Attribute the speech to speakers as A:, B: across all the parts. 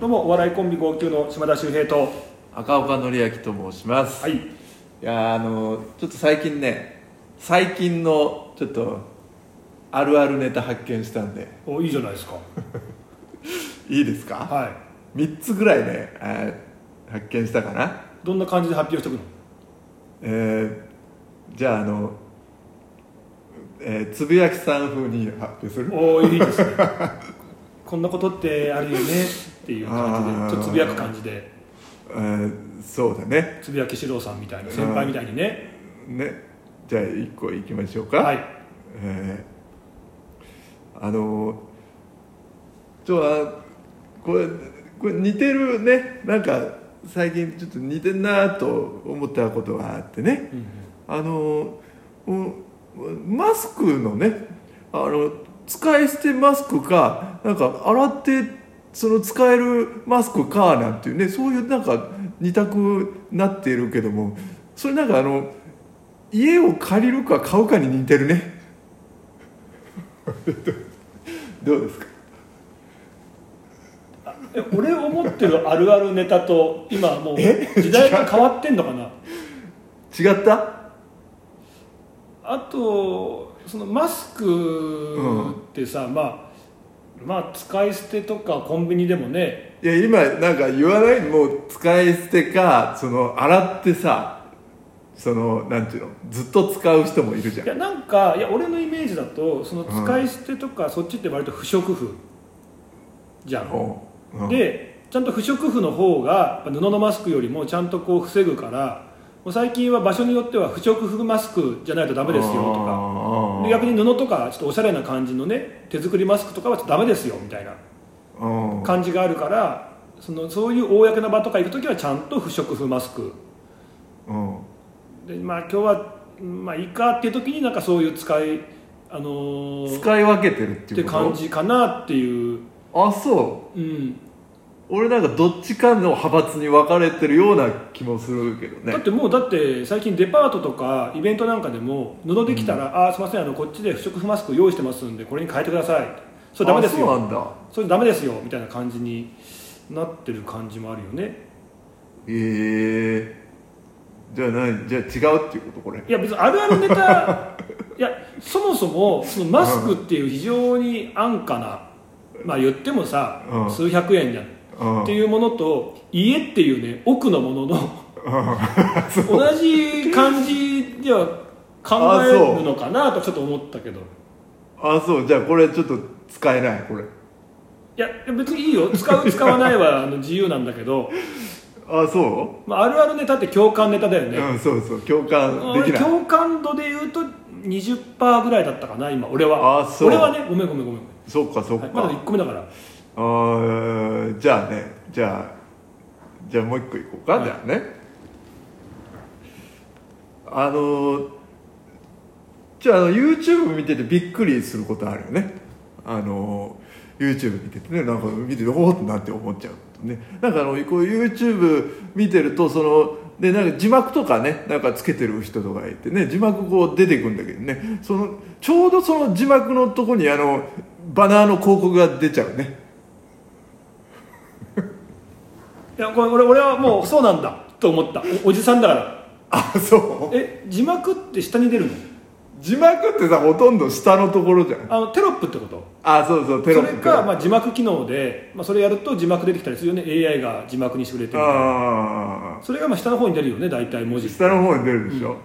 A: どうもお笑いコンビ号泣の島田秀平と
B: 赤岡典明と申します、、
A: はいい
B: やーあのーちょっと最近ね最近のちょっとあるあるネタ発見したんで
A: おいいじゃないですか
B: いいですか
A: は
B: 3つぐらいね、えー発見したかない
A: どんな感じで発表してくの
B: えーじゃああの、えーつぶやきさん風に発表する
A: おーいいですねこんなことってあるよねっていう感
B: あー
A: じでちょっとつぶやく感じで
B: えーそうだね
A: つぶやき四郎さんみたいな先輩みたいにね
B: ねじゃあ1個いきましょうか
A: はい
B: えーあのちょあこれこれ似てるねなんか最近ちょっと似てんなと思ったことがあってね、あのうんマスクのねあの使い捨てマスクかなんか洗ってその使えるマスクかなんていうねそういうなんか二択になっているけどもそれなんかあの家を借りるか買うかに似てるねどうですか
A: え俺思ってるあるあるネタと今もう時代が変わってんのかな
B: 違った
A: あとそのマスクってさ、まあまあ使い捨てとかコンビニでもね
B: いや今なんか言わないもう使い捨てかその洗ってさそのなんていうのずっと使う人もいるじゃ
A: い
B: ん
A: やなんかいや俺のイメージだとその使い捨てとか、そっちって割と不織布じゃん、
B: おううん
A: でちゃんと不織布の方がやっぱ布のマスクよりもちゃんとこう防ぐからもう最近は場所によっては不織布マスクじゃないとダメですよとか
B: あー
A: で逆に布とかちょっとおしゃれな感じのね手作りマスクとかはちょっとダメですよみたいな
B: うん
A: 感じがあるからそのそういう公の場とか行く時はちゃんと不織布マスク
B: うん
A: でまあ今日はまあいいかっていう時になんかそういう使いあのー
B: 使い分けてるっ
A: って
B: い
A: て
B: うこと
A: 感じかなっていう、
B: あそう
A: うん
B: 俺なんかどっちかの派閥に分かれてるような気もするけどね
A: だってもうだって最近デパートとかイベントなんかでも布できたら「ああすいませんあのこっちで不織布マスク用意してますんでこれに変えてください」それダメです
B: あそう
A: よ
B: なんだ
A: それダメですよみたいな感じになってる感じもあるよね
B: ええじゃあ何じゃあ違うっていうことこれ
A: いや別にあるあるネ タいやそもそもそのマスクっていう非常に安価なまあ言ってもさ、
B: うん
A: 数百円じゃん
B: うん
A: っていうものと家っていうね奥のものの同じ感じでは考えるのかなとちょっと思ったけどい
B: あそうじゃあこれちょっと使えないこれ
A: や別にいいよ使 う使わないはあの自由なんだけど、
B: あそ
A: まあ、あるあるネタって共感ネタだよ
B: う、
A: ね、
B: うんそうそう共感で
A: 俺
B: きない
A: 共感度で言うと20%ぐらいだったかな今俺
B: あ
A: は
B: そう
A: 俺はねごめんごめんごめん、
B: そうかそうか、
A: はいまだ1個目だから
B: あーじゃあねじゃあじゃあもう一個いこうか、
A: はい
B: じゃあねあのーじゃああの YouTube 見ててびっくりすることあるよねあのー YouTube 見ててねなんか見てておおってなって思っちゃうねなんかあのこう YouTube 見てるとそのでなんか字幕とかねなんかつけてる人とかいてね字幕こう出てくんだけどねそのちょうどその字幕のとこにあのバナーの広告が出ちゃうね
A: いやこれ俺俺はもうそうなんだと思ったおおじさんだから
B: あそう
A: え字幕って下に出るの
B: 字幕ってさほとんど下のところじゃん
A: あのテロップってこと
B: あそうそうテロップ
A: それか、まあ、字幕機能で、まあ、それやると字幕出てきたりするよね AI が字幕にしてくれてる
B: ああ
A: それがまあ下の方に出るよね大体文字
B: 下の方に出るでしょ、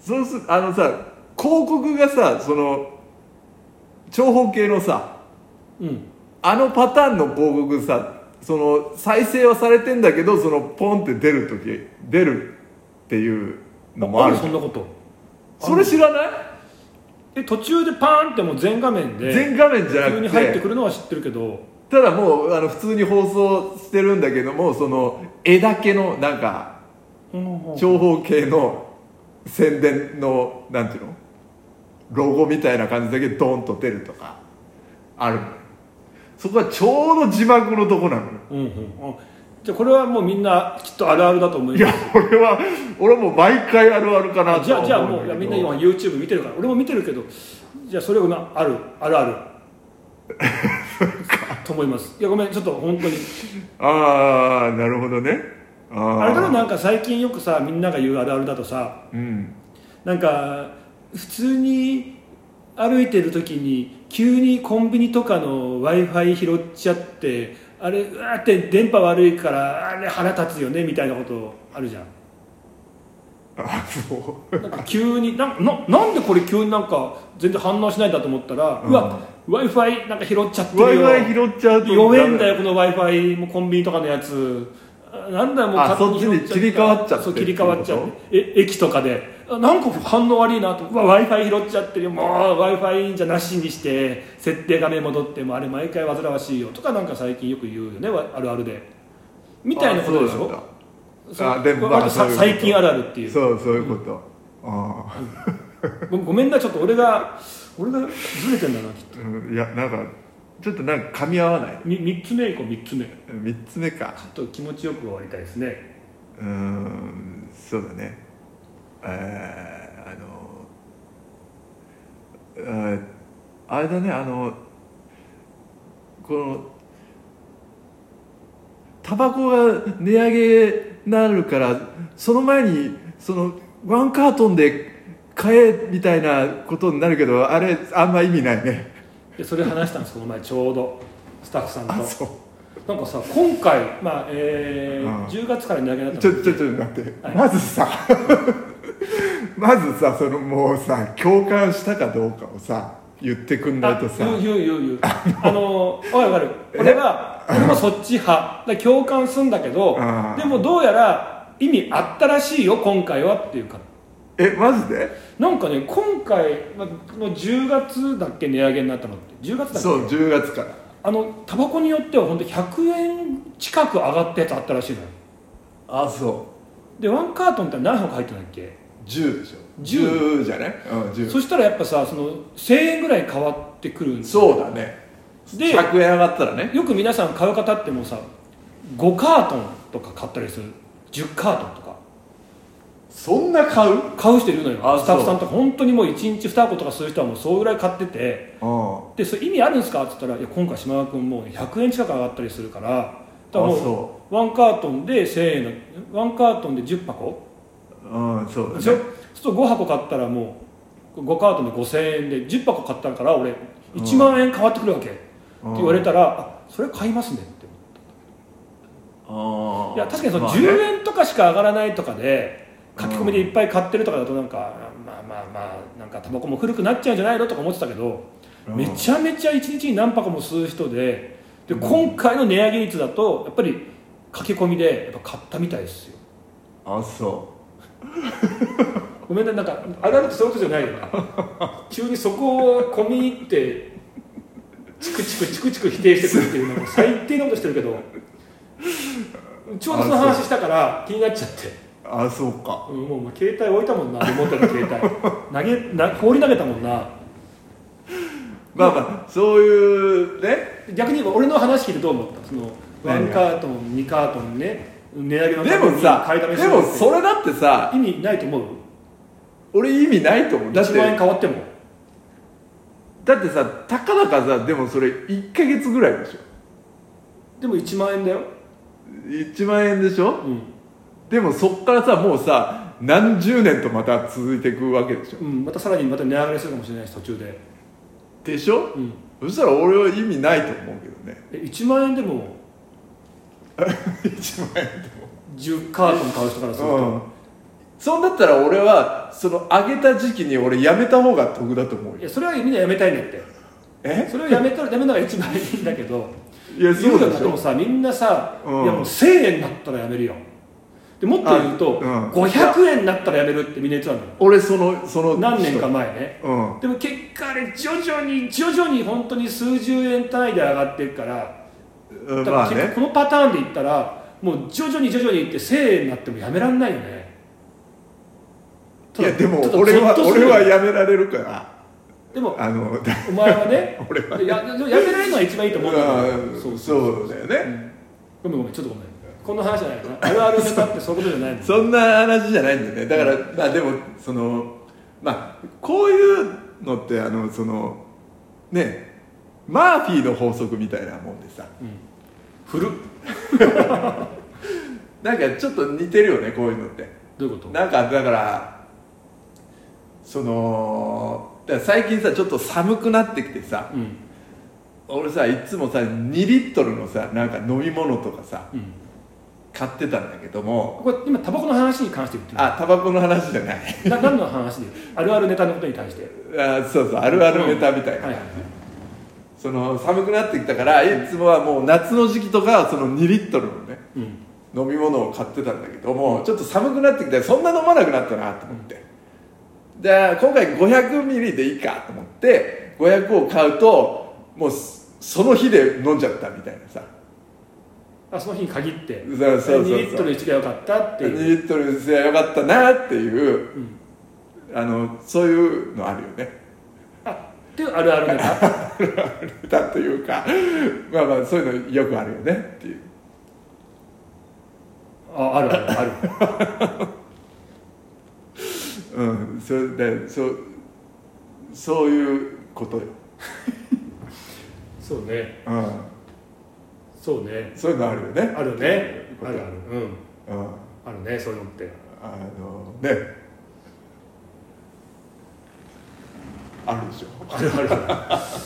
B: そうするあのさ広告がさその長方形のさ
A: うん
B: あのパターンの広告さその再生はされてんだけどそのポンって出る時出るっていうのもある
A: そんなこと
B: それ知らない
A: え途中でパーンってもう全画面で
B: 全画面じゃな
A: 急に
B: く
A: 入って
B: て
A: くるのは知ってるけど
B: ただもうあの普通に放送してるんだけどもその絵だけのなんか長方形の宣伝のなんていうのロゴみたいな感じだけドンと出るとかあるそこはちょうど字幕のとこなのよ
A: うんうんうんじゃあこれはもうみんなきっとあるあるだと思い
B: い
A: ま
B: や
A: す
B: 俺は俺も毎回あるあるかな
A: じ
B: と
A: ゃ
B: は
A: あじゃあ
B: 思
A: も
B: う
A: うんい
B: だ
A: やみ
B: け
A: ん
B: ど
A: な 今 YouTube 見てるから俺も見てるけどじゃあそれをなあるあるあると思いますいやごめんちょっと本当に
B: ああなるほどねあ
A: あ
B: あ
A: れだろなんか最近よくさみんなが言うあるあるだとさ
B: うん
A: なんか普通に歩いてる時に急にコンビニとかの w i f i 拾っちゃってあれうわーって電波悪いからあれ腹立つよねみたいなことあるじゃん
B: あそ
A: なんか急になんななんでこれ急になんか全然反応しないんだと思ったら、う
B: うん
A: わ w i f i なんか拾っちゃって
B: う w
A: る
B: i
A: よ
B: f i 拾っちゃうと
A: 弱えんだ
B: よ
A: よこの w i f i もコンビニとかのやつあなんだよもう
B: あ
A: 勝手に拾
B: そっちに切り替わっちゃって
A: そう切り替わっちゃっ
B: って
A: てえ駅とかであなんか反応悪いなと w i f i 拾っちゃってるよもう w i f i じゃなしにして設定画面戻ってもうあれ毎回煩わしいよとかなんか最近よく言うよねわあるあるでみたいなことでしょ
B: あ
A: そう
B: でもまあ
A: 割とさ
B: そういうこと
A: 最近あるあるっていう
B: そうそういうこと、ああ、
A: ごごめんなちょっと俺が俺がずれてんだなきっと
B: うん、いやなんかちょっとなんか噛み合わない
A: み3つ目いこう3つ目ちょ
B: 3つ目か
A: っと気持ちよく終わりたいですね
B: うーんそうだねえー、あのえーあれだねあのこのタバコが値上げになるからその前にそのワンカートンで買えみたいなことになるけどあれあんま意味ないね
A: でそれ話したんですこの前ちょうどスタッフさんと
B: あそう
A: なんかさ今回、まあえー
B: うん
A: 10月から値上げになっ
B: ち
A: た
B: ょ
A: の
B: ちょちょ待って、
A: はい
B: まずさ まずさそのもうさ共感したかどうかをさ言ってくんないとさ
A: あ言う言う言う言うあの分かる分かる 俺は俺もそっち派だから共感するんだけど
B: うん
A: でもどうやら意味あったらしいよ今回はっていうか
B: えマジで
A: なんかね今回、まあ、もう10月だっけ値上げになったのって10月だっけ
B: そう10月から
A: あのタバコによっては本当100円近く上がったやつあったらしいのよ
B: あそう
A: でワンカートンって何箱入ってないっけ
B: 10でしょ
A: 10
B: 10じゃねうん10
A: そしたらやっぱさその1000円ぐらい変わってくるんだよ
B: そうだね
A: で
B: 100円上がったらね
A: よく皆さん買う方ってもうさ5カートンとか買ったりする10カートンとか
B: そんな買ううん
A: 買う人いるのよ
B: あ
A: スタッフさんとか本当にもう1日2箱とかする人はもうそうぐらい買っててでそれ意味あるんですかって言ったら「いや今回島田君もう100円近く上がったりするからだから
B: あ
A: も
B: そう
A: ワンカートンで1000円のワンカートンで10箱
B: うんそう
A: でし
B: だ
A: ょ、
B: ね
A: そうすると5箱買ったらもう5カートンで5000円で10箱買ったから俺1万円変わってくるわけ、って言われたらあそれ買いますねって
B: ああ
A: いや確かにその
B: まあね
A: 10円とかしか上がらないとかで書き込みでいっぱい買ってるとかだとなんか、まあまあまあなんかタバコも古くなっちゃうんじゃないのとか思ってたけど、
B: うん
A: めちゃめちゃ1日に何箱も吸う人でで今回の値上げ率だとやっぱり駆け込みでやっぱ買ったみたいですよ
B: あそ
A: ごめんねなんかあるあるってそういうことじ ゃないよね急にそこを込み入ってチクチクチクチク否定してくるっていうのも最低なことしてるけどちょうどその話したから気になっちゃって、
B: うあそうか
A: うん、もうもう携帯置いたもんなリモートの携 帯投げな放り投げたもんな
B: まあまあそういうね
A: 逆に俺の話聞いてどう思ったそのワ
B: 何
A: ン
B: が
A: カートン2カートンね値上げの
B: で
A: ために
B: もさ
A: 買いだめす
B: で
A: る
B: も
A: って
B: それだってさ
A: 意味ないと思う
B: 俺意味ないと思うだっ
A: 1
B: て
A: 万円変わっても
B: だってさたかだかさでもそれ1か月ぐらいでしょ
A: でも1万円だよ、
B: 1万円でしょ
A: うん
B: でもそっからさもうさ何十年とまた続いていくわけでしょ
A: うん、またさらにまた値上がりするかもしれないし途中で、
B: でしょ
A: うん、
B: そしたら俺は意味ないと思うけどね
A: え1万円で も
B: 1万円
A: 10カートン買う人からすると、
B: うんそうだったら俺はその上げた時期に俺やめた方が得だと思う
A: い
B: よ
A: やそれはみんなやめたいんだって
B: え
A: それをやめたらやめるのが一番いいんだけど
B: いやそ
A: 言
B: うで
A: う
B: し
A: でも
B: ょ
A: さみんなさ、
B: うん
A: いやもう1000円になったらやめるよでもっと言うと、
B: あうん
A: 500円になったらやめるってみんな言ってたのよ
B: 俺そのその
A: 何年か前ね
B: うん
A: でも結果あれ徐々に徐々に本当に数十円単位で上がっていくから
B: うん
A: だ
B: まあ
A: から結
B: ね
A: 構このパターンでいったらもう徐々に徐々にいって1000円になってもやめらんないよね
B: いやでも
A: ちょっと
B: 俺は
A: ゾッとする
B: 俺はやめられるから
A: でも
B: あの
A: お前はね
B: 俺は
A: やややめないのは一番いいと思うんだけ
B: うん
A: ど
B: そうだよ
A: う
B: ね、
A: んごめんごめんちょっとごめんこんな話じゃないかなあるあるネタってそういうことじゃないもん
B: そんな話じゃないんだよねだから、まあでもそのまあこういうのってあのそのねマーフィーの法則みたいなもんでさ
A: 古っ
B: なんかちょっと似てるよねこういうのって
A: どういうこと
B: なんかだからそのだから最近さちょっと寒くなってきてさ
A: うん
B: 俺さいつもさ2リットルのさなんか飲み物とかさ
A: うん
B: 買ってたんだけども
A: これ今タバコの話に関して言って
B: あタバコの話じゃない
A: るな何の話であるあるネタのことに対して
B: あそうそうあるあるネタみたいな、
A: はいはい
B: その寒くなってきたからいつもはもう夏の時期とかはその2リットルのね
A: うん
B: 飲み物を買ってたんだけどもちょっと寒くなってきてそんな飲まなくなったなと思って、じゃあ今回500ミリでいいかと思って500を買うともうすその日で飲んじゃったみたいなさ
A: あその日に限って
B: そうそうそうそう
A: 2リットルにしてりゃよかったって
B: 2
A: いう
B: リットルですよかったなっていう、
A: うん
B: あのそういうのあるよね
A: あっていうあるあるネタ
B: だというかまあまあそういうのよくあるよねっていう
A: ああるあるある
B: うんそれでそうそういうことよ、
A: そうね
B: うん、
A: そうね
B: そういうのあるよね、
A: あるねあるあるうん
B: うん、
A: あるねそういうのって
B: あのねあるでしょ
A: あるあ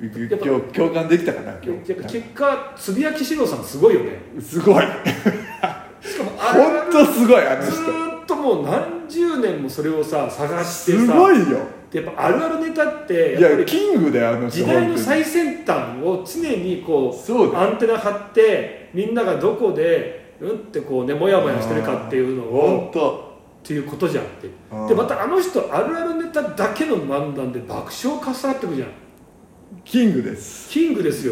A: る
B: 今日共感できたかな今
A: 結
B: 日
A: 果つぶやき史郎さんすごいよね
B: すごい
A: しかもあるあ
B: 本当すごいあの
A: る
B: 人
A: ずーっともう何十年もそれをさ探してさ
B: すごいよ
A: でやっぱあるあるネタってや
B: い
A: っぱ
B: や
A: り
B: キングだよあの人
A: 時代の
B: 本
A: 最先端を常にこう
B: そうだ
A: アンテナ張ってみんながどこでうんってこうねモヤモヤしてるかっていうの
B: 当に
A: を
B: 本当
A: っていうことじゃんって
B: うん
A: でまたあの人あるあるネタだけの漫談で爆笑をかっさらってくじゃん
B: キングです
A: キングですよ